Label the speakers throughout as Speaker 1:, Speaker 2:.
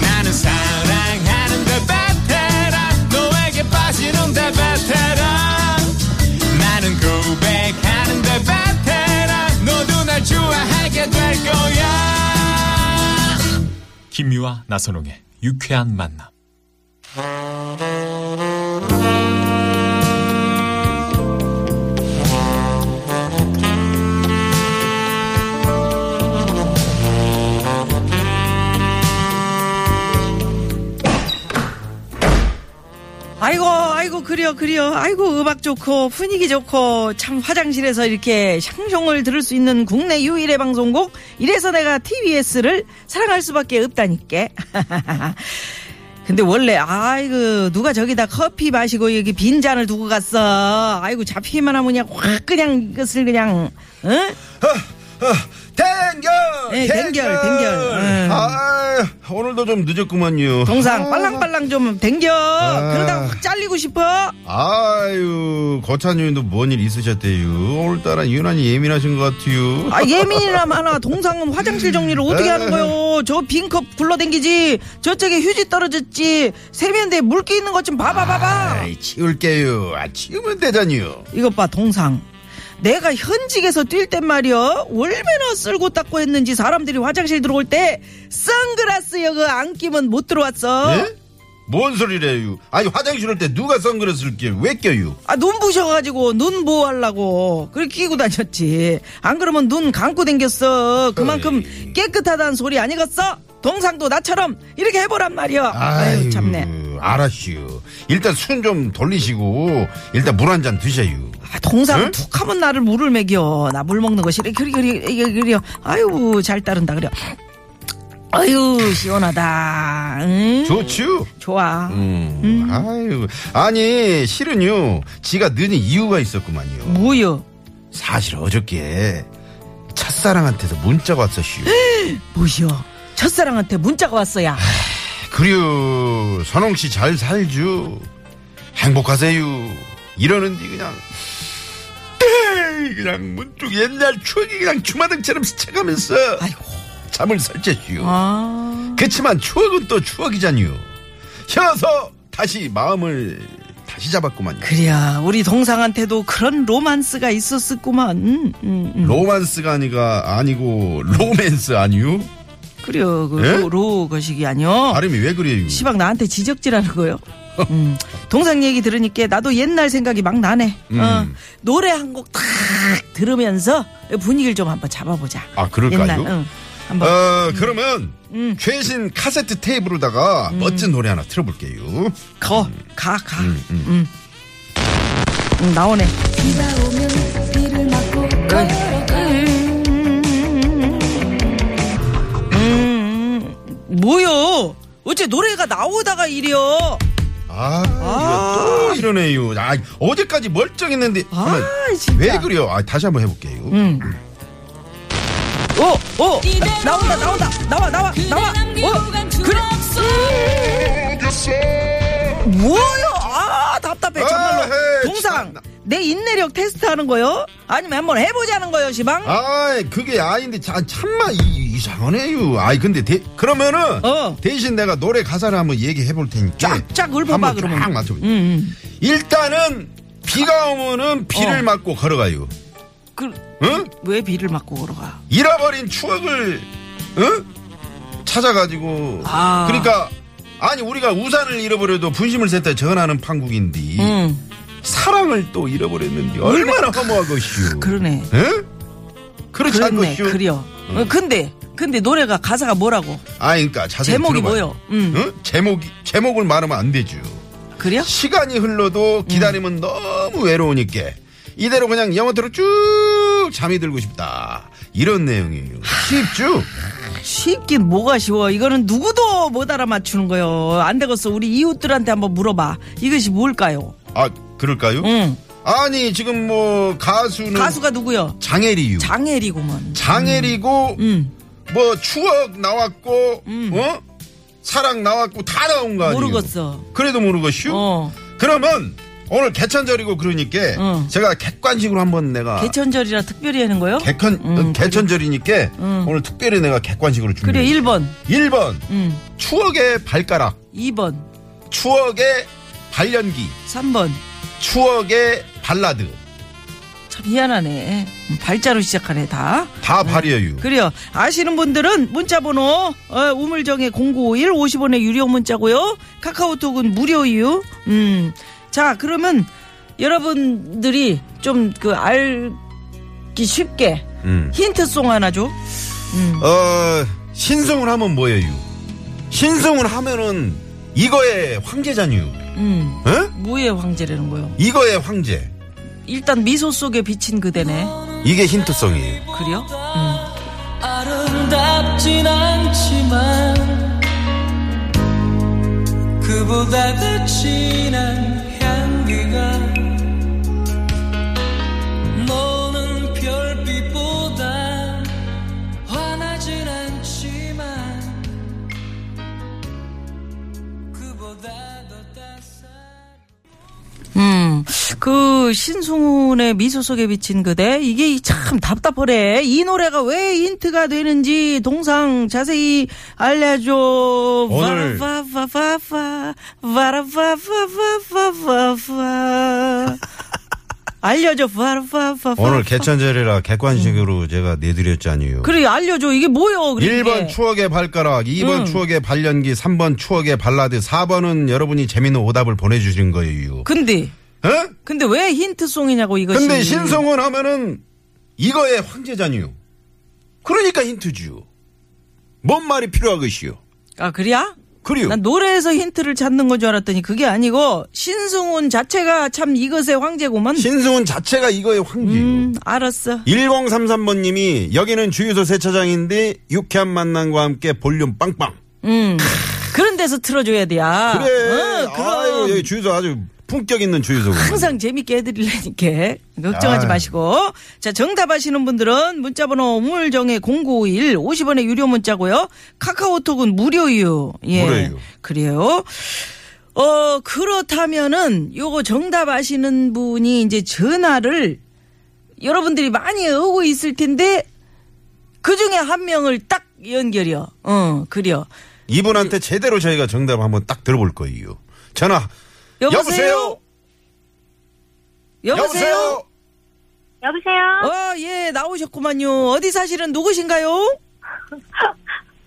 Speaker 1: 나는 사랑하는데 베테랑 너에게 빠지는데 베테랑 나는 고백하는데 베테랑 너도 날 좋아하게 될 거야
Speaker 2: 김미화 나선홍의 유쾌한 만남.
Speaker 3: 아이고 아이고 그래요 그래요 아이고 음악 좋고 분위기 좋고 참 화장실에서 이렇게 샹송을 들을 수 있는 국내 유일의 방송국 이래서 내가 TBS를 사랑할 수밖에 없다니까 근데 원래 아이고 누가 저기다 커피 마시고 여기 빈 잔을 두고 갔어 아이고 잡히기만 하면 그냥 확 그냥 이것을 그냥 응?
Speaker 4: 어, 댕결!
Speaker 3: 네, 댕결, 댕결. 음.
Speaker 4: 아, 오늘도 좀 늦었구만요.
Speaker 3: 동상 빨랑빨랑 좀 댕겨 그러다 확 잘리고 싶어
Speaker 4: 아유, 거찬유인도 뭔 일 있으셨대요. 오늘따라 유난히 예민하신 것 같아요.
Speaker 3: 아 예민이나 많아 동상은 화장실 정리를 어떻게 하는 거요 저 빈컵 굴러댕기지 저쪽에 휴지 떨어졌지 세면대에 물기 있는 것 좀 봐봐 봐봐
Speaker 4: 아이, 치울게요. 아, 치우면 되잖요.
Speaker 3: 이것 봐 동상 내가 현직에서 뛸 땐 말이여 얼마나 쓸고 닦고 했는지 사람들이 화장실 들어올 때 선글라스 여그 안 끼면 못 들어왔어
Speaker 4: 예? 뭔 소리래요? 아니, 화장실 올 때 누가 선글라스를 끼왜 껴요?
Speaker 3: 아, 눈 부셔가지고 눈 보호하려고 그렇게 끼고 다녔지 안 그러면 눈 감고 댕겼어 그만큼
Speaker 4: 어이.
Speaker 3: 깨끗하다는 소리 아니겠어? 동상도 나처럼 이렇게 해보란 말이야 아유 참네
Speaker 4: 알았슈. 일단 순 좀 돌리시고, 일단 물 한 잔 드셔요.
Speaker 3: 아, 동상
Speaker 4: 응?
Speaker 3: 툭 하면 나를 물을 먹여 나 물 먹는 거 싫어 그리 그리 그리 그리 아유 잘 따른다 그래 아유 시원하다 응?
Speaker 4: 좋지요?
Speaker 3: 좋아
Speaker 4: 음, 아유. 아니, 실은요, 지가 느는 이유가 있었구만요.
Speaker 3: 뭐여
Speaker 4: 사실 어저께 첫사랑한테서 문자가 왔었슈.
Speaker 3: 뭐여 첫사랑한테 문자가 왔어야
Speaker 4: 그래요. 선홍씨 잘 살죠. 행복하세요. 이러는데 그냥 에이, 그냥 문득 옛날 추억이 그냥 주마등처럼 스쳐가면서
Speaker 3: 아이고
Speaker 4: 잠을 설쳤슈.
Speaker 3: 아
Speaker 4: 그치만 추억은 또 추억이잖요. 혀서 다시 마음을 다시 잡았구만요.
Speaker 3: 그래야 우리 동상한테도 그런 로만스가 있었었구만. 음, 음, 음.
Speaker 4: 로만스가 아니가 아니고 로맨스 아니요?
Speaker 3: 그래요. 그
Speaker 4: 예?
Speaker 3: 로, 로 거식이 아니요.
Speaker 4: 발음이 왜 그래요?
Speaker 3: 시방 나한테 지적질하는 거요. 음, 동상 얘기 들으니까 나도 옛날 생각이 막 나네.
Speaker 4: 음.
Speaker 3: 어, 노래 한 곡 탁 들으면서 분위기를 좀 한번 잡아보자.
Speaker 4: 아, 그럴까요?
Speaker 3: 옛날, 응. 한번
Speaker 4: 어, 그러면
Speaker 3: 음.
Speaker 4: 최신 카세트 테이프로다가 멋진 노래 하나 틀어볼게요.
Speaker 3: 거, 가, 가. 음. 음, 나오네.
Speaker 5: 비가 오면 비를 맞고 걸어가
Speaker 3: 음, 뭐요? 어째 노래가 나오다가 이래요.
Speaker 4: 아, 이거 또 이러네요. 아, 어제까지 멀쩡했는데.
Speaker 3: 아, 음.
Speaker 4: 그러면
Speaker 3: 진짜.
Speaker 4: 왜 그래요? 아, 다시 한번 해볼게요.
Speaker 3: 오, 오, 아, 나온다, 나온다, 나와, 나와, 나와. 어, 그래. 뭐요? 아, 답답해, 정말로.
Speaker 4: 아, 헤이,
Speaker 3: 동상,
Speaker 4: 참나.
Speaker 3: 내 인내력 테스트 하는 거요? 아니면 한번 해보자는 거요, 시방?
Speaker 4: 아, 그게 아닌데, 자, 참마, 이, 이상하네요. 아이, 근데, 대- 그러면은,
Speaker 3: 어.
Speaker 4: 대신 내가 노래 가사를 한번 얘기해 볼 테니까.
Speaker 3: 쫙쫙 읊어봐,
Speaker 4: 예. 한번
Speaker 3: 그러면. 음,
Speaker 4: 쫙 맞춰보자. 일단은, 비가 오면은 비를
Speaker 3: 어.
Speaker 4: 맞고 걸어가요.
Speaker 3: 그,
Speaker 4: 응?
Speaker 3: 왜 비를 맞고 걸어가?
Speaker 4: 잃어버린 추억을 응? 찾아가지고
Speaker 3: 아.
Speaker 4: 그러니까 아니 우리가 우산을 잃어버려도 분심을 샜다 전하는 판국인데
Speaker 3: 음,
Speaker 4: 사랑을 또 잃어버렸는데 얼마나 허무하고슈
Speaker 3: 그러네.
Speaker 4: 응? 그렇지
Speaker 3: 그렇네,
Speaker 4: 않고슈 음.
Speaker 3: 그려. 어, 근데, 근데 노래가 가사가 뭐라고?
Speaker 4: 아 그러니까 자세히
Speaker 3: 제목이
Speaker 4: 들어봐요.
Speaker 3: 뭐요? 음,
Speaker 4: 응? 제목이 제목을 말하면 안 되죠
Speaker 3: 그려?
Speaker 4: 시간이 흘러도
Speaker 3: 음.
Speaker 4: 기다림은 너무 외로우니까 이대로 그냥 영원토록 쭉 잠이 들고 싶다 이런 내용이에요 쉽죠?
Speaker 3: 쉽긴 뭐가 쉬워. 이거는 누구도 못 알아맞추는 거요. 안 되겠어. 우리 이웃들한테 한번 물어봐. 이것이 뭘까요?
Speaker 4: 아 그럴까요?
Speaker 3: 응.
Speaker 4: 아니 지금 뭐 가수는
Speaker 3: 가수가 누구요?
Speaker 4: 장애리유
Speaker 3: 장혜리구먼.
Speaker 4: 장애리고
Speaker 3: 음.
Speaker 4: 뭐 추억 나왔고 어 사랑 나왔고 다 나온 거 아니에요?
Speaker 3: 모르겠어.
Speaker 4: 그래도 모르겠슈.
Speaker 3: 어.
Speaker 4: 그러면 오늘 개천절이고 그러니까
Speaker 3: 어.
Speaker 4: 제가 객관식으로 한번 내가 어,
Speaker 3: 개천절이라 특별히 하는 거요?
Speaker 4: 아. 개천
Speaker 3: 음,
Speaker 4: 개천절이니까 오늘 특별히 내가 객관식으로
Speaker 3: 그래,
Speaker 4: 준비해.
Speaker 3: 1번.
Speaker 4: 일 번
Speaker 3: 음.
Speaker 4: 추억의 발가락,
Speaker 3: 2번.
Speaker 4: 추억의 발연기,
Speaker 3: 3번.
Speaker 4: 추억의 발라드
Speaker 3: 참 희한하네. 음, 발자로 시작하네, 다.
Speaker 4: 다 발이에요.
Speaker 3: 음. 그래요. 아시는 분들은 문자번호 어, 우물정의 0951 50원의 유료 문자고요. 카카오톡은 무료유. 음. 자 그러면 여러분들이 좀 그 알기 쉽게
Speaker 4: 음.
Speaker 3: 힌트송 하나 줘. 음,
Speaker 4: 어 신성을 하면 뭐예요? 신성을 하면은 이거의 황제잖유.
Speaker 3: 음.
Speaker 4: 어?
Speaker 3: 뭐의 황제라는 거요?
Speaker 4: 이거의 황제.
Speaker 3: 일단 미소 속에 비친 그대네.
Speaker 4: 이게 힌트성이에요.
Speaker 3: 그래요?
Speaker 6: 아름답진 않지만 그보다 더 진한 향기가 너는 별빛보다 환하진 않지만 그보다 더 따스한
Speaker 3: 음. 그 신승훈의 미소 속에 비친 그대 이게 참 답답하래. 이 노래가 왜 힌트가 되는지 동상 자세히 알려줘.
Speaker 4: 오늘-
Speaker 3: 바라바바바바, 바라바바바바바바. 알려줘. 바라바바바.
Speaker 4: 오늘 개천절이라 객관식으로 제가 내드렸잖아요.
Speaker 3: 그 그래 알려줘. 이게 뭐요? 그래,
Speaker 4: 일 번
Speaker 3: 이게.
Speaker 4: 추억의 발가락, 이
Speaker 3: 음.
Speaker 4: 번 추억의 발연기, 삼 번 추억의 발라드, 사번은 여러분이 재밌는 오답을 보내주신 거예요.
Speaker 3: 근데
Speaker 4: 어?
Speaker 3: 근데 왜 힌트송이냐고 이것이.
Speaker 4: 근데 신성은 하면은 이거의 황제잖유. 그러니까 힌트지요. 뭔 말이 필요하겠시요.
Speaker 3: 아 그래야?
Speaker 4: 그리요.
Speaker 3: 난 노래에서 힌트를 찾는 건 줄 알았더니 그게 아니고 신승훈 자체가 참 이것의 황제구만.
Speaker 4: 신승훈 자체가 이거의 황제요.
Speaker 3: 음, 알았어.
Speaker 4: 1033번님이 여기는 주유소 세차장인데 유쾌한 만남과 함께 볼륨 빵빵.
Speaker 3: 그런 데서 틀어줘야 돼. 야.
Speaker 4: 그래.
Speaker 3: 어, 그럼
Speaker 4: 아유, 여기 주유소 아주 품격 있는 주유소군.
Speaker 3: 항상 재밌게 해드리려니까 걱정하지
Speaker 4: 아유.
Speaker 3: 마시고. 자 정답 아시는 분들은 문자번호 우물정의 0951 50원의 유료 문자고요. 카카오톡은 무료유. 예.
Speaker 4: 무료유.
Speaker 3: 그래요. 어 그렇다면은 요거 정답 아시는 분이 이제 전화를 여러분들이 많이 오고 있을 텐데 그 중에 한 명을 딱 연결이요. 어, 그래요.
Speaker 4: 이분한테 제대로 저희가 정답 한번 딱 들어볼 거예요. 전화.
Speaker 3: 여보세요?
Speaker 4: 여보세요?
Speaker 3: 여보세요?
Speaker 7: 여보세요?
Speaker 3: 어, 예, 나오셨구만요. 어디 사실은 누구신가요?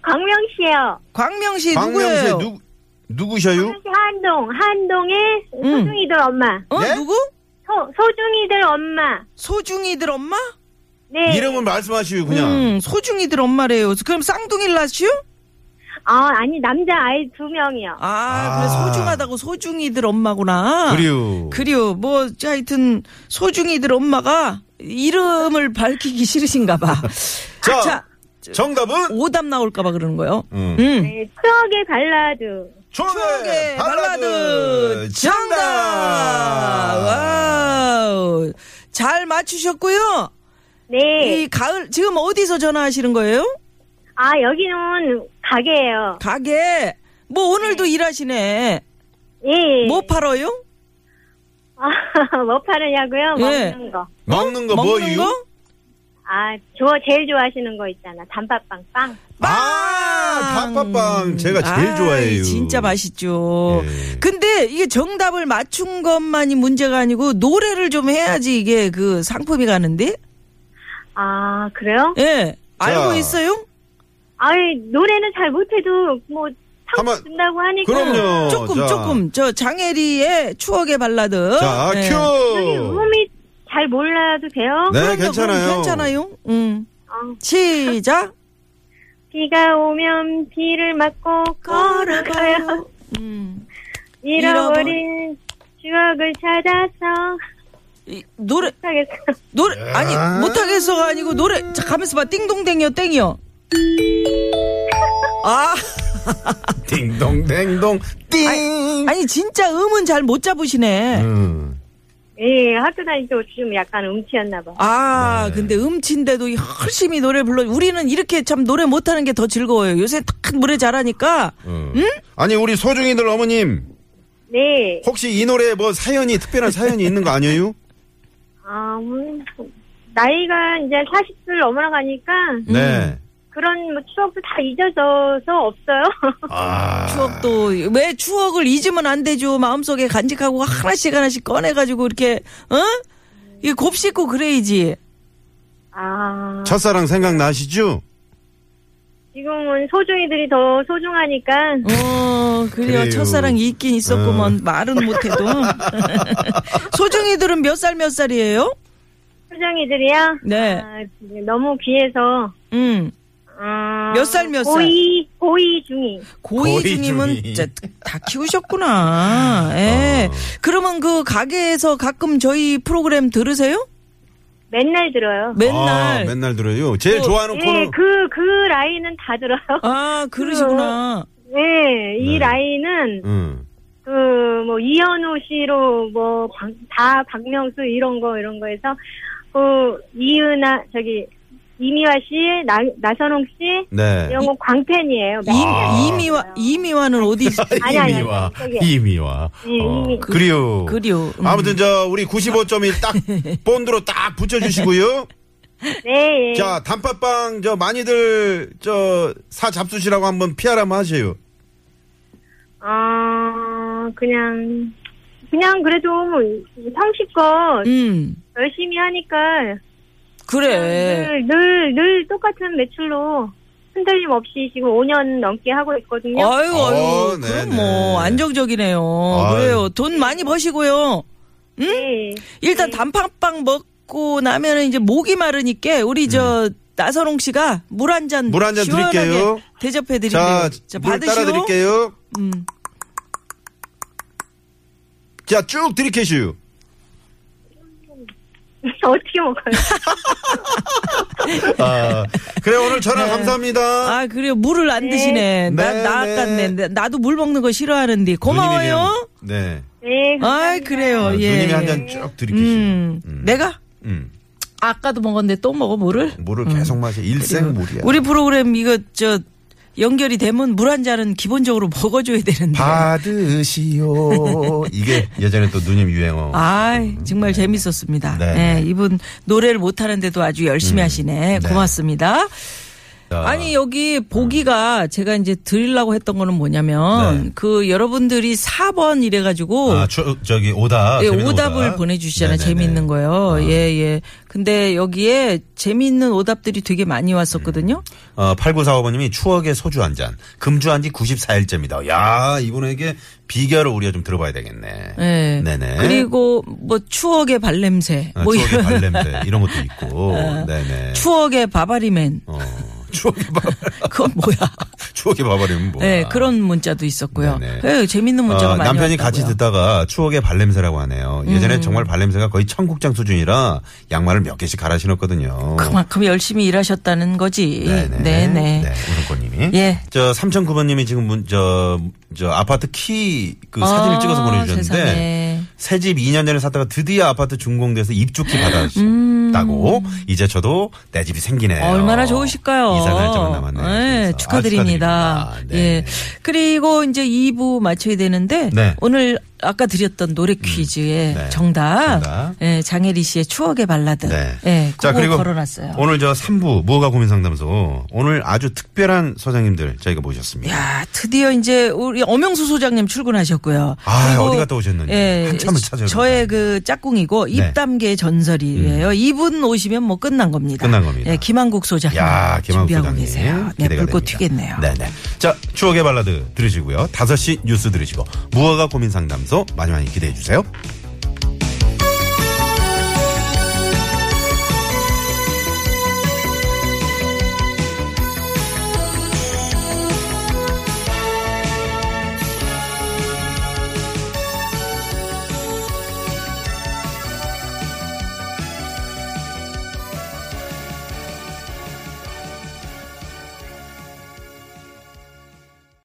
Speaker 7: 광명 씨요.
Speaker 3: 광명시
Speaker 4: 광명세
Speaker 3: 누구예요?
Speaker 4: 누, 누구셔요?
Speaker 7: 광명시 한동, 한동의
Speaker 3: 음.
Speaker 7: 소중이들 엄마.
Speaker 3: 어,
Speaker 4: 예?
Speaker 3: 누구?
Speaker 7: 소, 소중이들 엄마.
Speaker 3: 소중이들 엄마?
Speaker 7: 네.
Speaker 4: 이름은 말씀하시오, 그냥.
Speaker 3: 음, 소중이들 엄마래요. 그럼 쌍둥이라시요?
Speaker 7: 아, 아니, 남자 아이 두 명이요.
Speaker 3: 아, 그래 소중하다고 소중이들 엄마구나.
Speaker 4: 그리요.
Speaker 3: 아, 그리요. 뭐, 자, 하여튼, 소중이들 엄마가 이름을 밝히기 싫으신가 봐.
Speaker 4: 자, 정답은?
Speaker 3: 오답 나올까봐 그러는 거예요.
Speaker 4: 음.
Speaker 3: 음.
Speaker 7: 네, 추억의 발라드.
Speaker 4: 추억의
Speaker 3: 추억의
Speaker 4: 네. 발라드.
Speaker 3: 발라드 정답!
Speaker 4: 정답!
Speaker 3: 와우. 잘 맞추셨고요.
Speaker 7: 네.
Speaker 3: 이 가을 지금 어디서 전화하시는 거예요?
Speaker 7: 아, 여기는 가게예요.
Speaker 3: 가게. 뭐 오늘도 일하시네.
Speaker 7: 예.
Speaker 3: 뭐 팔어요?
Speaker 7: 아, 뭐 파느냐고요?
Speaker 3: 예.
Speaker 7: 먹는 거.
Speaker 4: 먹는 거
Speaker 3: 먹는
Speaker 4: 뭐유?
Speaker 3: 거?
Speaker 7: 아, 좋아, 제일 좋아하시는 거 있잖아. 단팥빵 빵.
Speaker 4: 아, 팥빵 제가 제일
Speaker 3: 아이,
Speaker 4: 좋아해요.
Speaker 3: 진짜 맛있죠.
Speaker 4: 예.
Speaker 3: 근데 이게 정답을 맞춘 것만이 문제가 아니고 노래를 좀 해야지 이게 그 상품이 가는데.
Speaker 7: 아, 그래요?
Speaker 3: 예. 알고
Speaker 4: 자.
Speaker 3: 있어요?
Speaker 7: 아이, 노래는 잘 못해도 뭐 상품
Speaker 4: 한번-
Speaker 7: 준다고 하니까.
Speaker 4: 그럼요.
Speaker 3: 조금
Speaker 4: 어, 자.
Speaker 3: 조금 저 장혜리의 추억의
Speaker 7: 어?
Speaker 3: 발라드.
Speaker 4: 자,
Speaker 7: 네.
Speaker 3: 예.
Speaker 7: 여기
Speaker 4: 큐.
Speaker 7: 음이 잘 몰라도 돼요?
Speaker 4: 네,
Speaker 3: 그럼요, 그럼
Speaker 4: 괜찮아요.
Speaker 3: 괜찮아요. 음.
Speaker 7: 어.
Speaker 3: 시작.
Speaker 7: 비가 오면 비를 맞고 걸어가요.
Speaker 3: 걸어가요. 음.
Speaker 7: 잃어버린 추억을 찾아서
Speaker 3: 이 노래
Speaker 7: 하겠어.
Speaker 3: 노래 아니 못하겠어가 아니고 노래 자 가면서 봐 띵동댕이요 땡이요 아
Speaker 4: 딩동댕동 띵.
Speaker 3: 아니 진짜 음은 잘 못 잡으시네
Speaker 4: 음.
Speaker 7: 예, 학교 다닐 때 좀 약간 음치였나 봐.
Speaker 3: 아, 근데 음치인데도 열심히 노래 불러. 우리는 이렇게 참 노래 못하는 게 더 즐거워요. 요새 딱 노래 잘하니까.
Speaker 4: 아니 우리 소중이들 어머님
Speaker 7: 네.
Speaker 4: 혹시 이 노래에 뭐 사연이 특별한 사연이 있는 거 아니에요?
Speaker 7: 아, 음, 나이가 이제 40을 넘어가니까
Speaker 4: 네.
Speaker 7: 그런 뭐 추억도 다 잊어져서 없어요.
Speaker 4: 아.
Speaker 7: 음.
Speaker 3: 추억도 왜 추억을 잊으면 안 되죠. 마음속에 간직하고 하나씩 하나씩 꺼내가지고 이렇게 어? 이 곱씹고 그래야지.
Speaker 7: 아,
Speaker 4: 첫사랑 생각나시죠?
Speaker 7: 지금은 소중이들이 더 소중하니까
Speaker 3: 어 그래요.
Speaker 4: 그래요. 어.
Speaker 3: 첫사랑이 있긴 있었구먼. 말은 못해도 소중이들은 몇 살 몇 살이에요?
Speaker 7: 소중이들이야.
Speaker 3: 네.
Speaker 7: 아, 너무 귀해서. 아,
Speaker 3: 음 몇 살, 몇 살?
Speaker 7: 고이 고이 중이.
Speaker 3: 고이
Speaker 4: 고이
Speaker 3: 중이면
Speaker 4: 중이.
Speaker 3: 진짜 다 키우셨구나. 예.
Speaker 4: 어.
Speaker 3: 그러면 그 가게에서 가끔 저희 프로그램 들으세요?
Speaker 7: 맨날 들어요.
Speaker 3: 맨날.
Speaker 4: 아, 맨날 들어요. 제일
Speaker 3: 또-
Speaker 4: 좋아하는
Speaker 7: 예,
Speaker 4: 코너.
Speaker 7: 그, 그 라인은 다 들어요.
Speaker 3: 아 그러시구나.
Speaker 7: 예, 이
Speaker 4: 네.
Speaker 7: 라인은,
Speaker 4: 응.
Speaker 7: 그, 뭐, 이현우 씨로, 뭐, 방- 다, 박명수, 이런 거, 이런 거 해서, 그, 이은아, 저기, 이미화 씨, 나, 나선홍 씨,
Speaker 4: 네.
Speaker 7: 이런 거 광팬이에요.
Speaker 3: 이, 이미와 이미와는 어디
Speaker 7: 아니, 아니,
Speaker 4: 이미와.
Speaker 7: 저기.
Speaker 4: 이미와. 어,
Speaker 7: 예, 이미.
Speaker 4: 그리요.
Speaker 3: 그리요. 음.
Speaker 4: 아무튼 저 우리 95.1 딱 본드로 딱 붙여주시고요.
Speaker 7: 네, 예.
Speaker 4: 자 단팥빵 저 많이들 저 사 잡수시라고 한번 피하라면 하세요.
Speaker 7: 어, 그냥, 그냥 그래도 뭐, 형식껏
Speaker 3: 음
Speaker 7: 열심히 하니까,
Speaker 3: 아, 그래.
Speaker 7: 늘, 늘, 늘 똑같은 매출로 흔들림 없이 지금 5년 넘게 하고 있거든요.
Speaker 3: 아유, 아유.
Speaker 4: 어, 네,
Speaker 3: 그럼
Speaker 4: 네.
Speaker 3: 뭐, 안정적이네요.
Speaker 4: 아유.
Speaker 3: 그래요. 돈 많이 버시고요.
Speaker 7: 네.
Speaker 3: 일단 단팥빵 먹고 나면은 이제 목이 마르니까 우리 저, 나선홍 씨가 물 한 잔.
Speaker 4: 네. 물한잔
Speaker 3: 시원하게
Speaker 4: 드릴게요.
Speaker 3: 대접해 드릴게요.
Speaker 4: 자,
Speaker 3: 네, 자,
Speaker 4: 물 따라
Speaker 3: 받으시오.
Speaker 4: 드릴게요.
Speaker 3: 음.
Speaker 4: 자, 쭉 들이켜시오.
Speaker 7: 어떻게 먹어요?
Speaker 4: 아, 그래, 오늘 전화 감사합니다.
Speaker 3: 네. 아, 그래요. 물을 안 드시네. 나,
Speaker 4: 네,
Speaker 3: 나
Speaker 4: 네.
Speaker 3: 아깝네. 나- 나도 물 먹는 거 싫어하는데. 고마워요.
Speaker 4: 누님이 그냥- 네.
Speaker 7: 네.
Speaker 3: 아이, 그래요.
Speaker 4: 아,
Speaker 3: 예.
Speaker 4: 누님이
Speaker 3: 예.
Speaker 4: 한 잔 쭉 들이켜시오.
Speaker 3: 음. 내가?
Speaker 4: 음.
Speaker 3: 아까도 먹었는데 또 먹어, 물을?
Speaker 4: 물을 계속 마셔. 일생 음, 물이야.
Speaker 3: 음. 우리 프로그램 이거 저 연결이 되면 물 한 잔은 기본적으로 먹어줘야 되는데.
Speaker 4: 받으시오. 이게 예전에 또 누님 유행어.
Speaker 3: 아, 정말 재밌었습니다.
Speaker 4: 네,
Speaker 3: 네,
Speaker 4: 네.
Speaker 3: 이분 노래를 못 하는데도 아주 열심히 하시네.
Speaker 4: 네.
Speaker 3: 고맙습니다.
Speaker 4: 자, 음.
Speaker 3: 아니 여기 보기가 제가 이제 드리려고 했던 거는 뭐냐면
Speaker 4: 네.
Speaker 3: 그 여러분들이 4번 이래 가지고
Speaker 4: 아, 저, 저기, 오답.
Speaker 3: 예,
Speaker 4: 재밌는
Speaker 3: 오답을
Speaker 4: 오답.
Speaker 3: 보내주시잖아요.
Speaker 4: 네네네.
Speaker 3: 재미있는 거요. 예, 예. 근데 여기에 재미있는 오답들이 되게 많이 왔었거든요.
Speaker 4: 어, 8945번님이 추억의 소주 한 잔. 금주한 지 94일째입니다. 야, 이분에게 비결을 우리가 좀 들어봐야 되겠네.
Speaker 3: 예.
Speaker 4: 음. 네네.
Speaker 3: 그리고 뭐 추억의 발냄새.
Speaker 4: 아,
Speaker 3: 뭐
Speaker 4: 추억의
Speaker 3: 이런
Speaker 4: 발냄새 이런 것도 있고. 네네.
Speaker 3: 추억의 바바리맨.
Speaker 4: 어, 추억의 바
Speaker 3: 그건 뭐야?
Speaker 4: 추억의 바바리면 뭐?
Speaker 3: 네, 그런 문자도 있었고요.
Speaker 4: 네네. 아,
Speaker 3: 예, 재밌는 문자가 많이
Speaker 4: 남편이
Speaker 3: 왔다고요. 음.
Speaker 4: 같이 듣다가 추억의 발냄새라고 하네요. 예전에 정말 발냄새가 거의 청국장 수준이라 양말을 몇 개씩 갈아 신었거든요.
Speaker 3: 그만큼 열심히 일하셨다는 거지.
Speaker 4: 네네.
Speaker 3: 네네.
Speaker 4: 네, 우선권님이.
Speaker 3: 예.
Speaker 4: 저 3009번님이 지금 문, 저, 저 아파트 키 그 사진을
Speaker 3: 아,
Speaker 4: 찍어서 보내주셨는데
Speaker 3: 세상에.
Speaker 4: 새 집 2년 전에 샀다가 드디어 아파트 준공돼서 입주키 받았다고 이제 저도 내 집이 생기네요.
Speaker 3: 음. 얼마나 좋으실까요?
Speaker 4: 이사 날짜만 남았네요.
Speaker 3: 예,
Speaker 4: 그래서. 아,
Speaker 3: 축하드립니다.
Speaker 4: 축하드립니다.
Speaker 3: 예.
Speaker 4: 네.
Speaker 3: 그리고 이제 2부 마쳐야 되는데
Speaker 4: 네. 음.
Speaker 3: 오늘 아까 드렸던 노래 퀴즈의
Speaker 4: 네.
Speaker 3: 정답,
Speaker 4: 정답.
Speaker 3: 예, 장혜리 씨의 추억의 발라드.
Speaker 4: 네.
Speaker 3: 예,
Speaker 4: 자,
Speaker 3: 그거
Speaker 4: 그리고
Speaker 3: 걸어놨어요.
Speaker 4: 오늘 저 3부 무허가 고민 상담소 오늘 아주 특별한 소장님들 저희가 모셨습니다.
Speaker 3: 야, 드디어 이제 우리 엄영수 소장님 출근하셨고요.
Speaker 4: 아,
Speaker 3: 그리고, 예,
Speaker 4: 어디 갔다 오셨는지 한참을 네. 찾아요.
Speaker 3: 저의 그 짝꿍이고 입담계 전설이에요. 이분 오시면 뭐 끝난 겁니다.
Speaker 4: 음. 끝난 겁니다.
Speaker 3: 예, 김한국 소장님
Speaker 4: 야, 김한국
Speaker 3: 준비하고
Speaker 4: 소장님.
Speaker 3: 계세요. 네,
Speaker 4: 기대가
Speaker 3: 불꽃
Speaker 4: 됩니다.
Speaker 3: 튀겠네요.
Speaker 4: 네네. 자, 추억의 발라드 들으시고요. 5시 뉴스 들으시고 무허가 고민 상담소 많이 많이 기대해 주세요.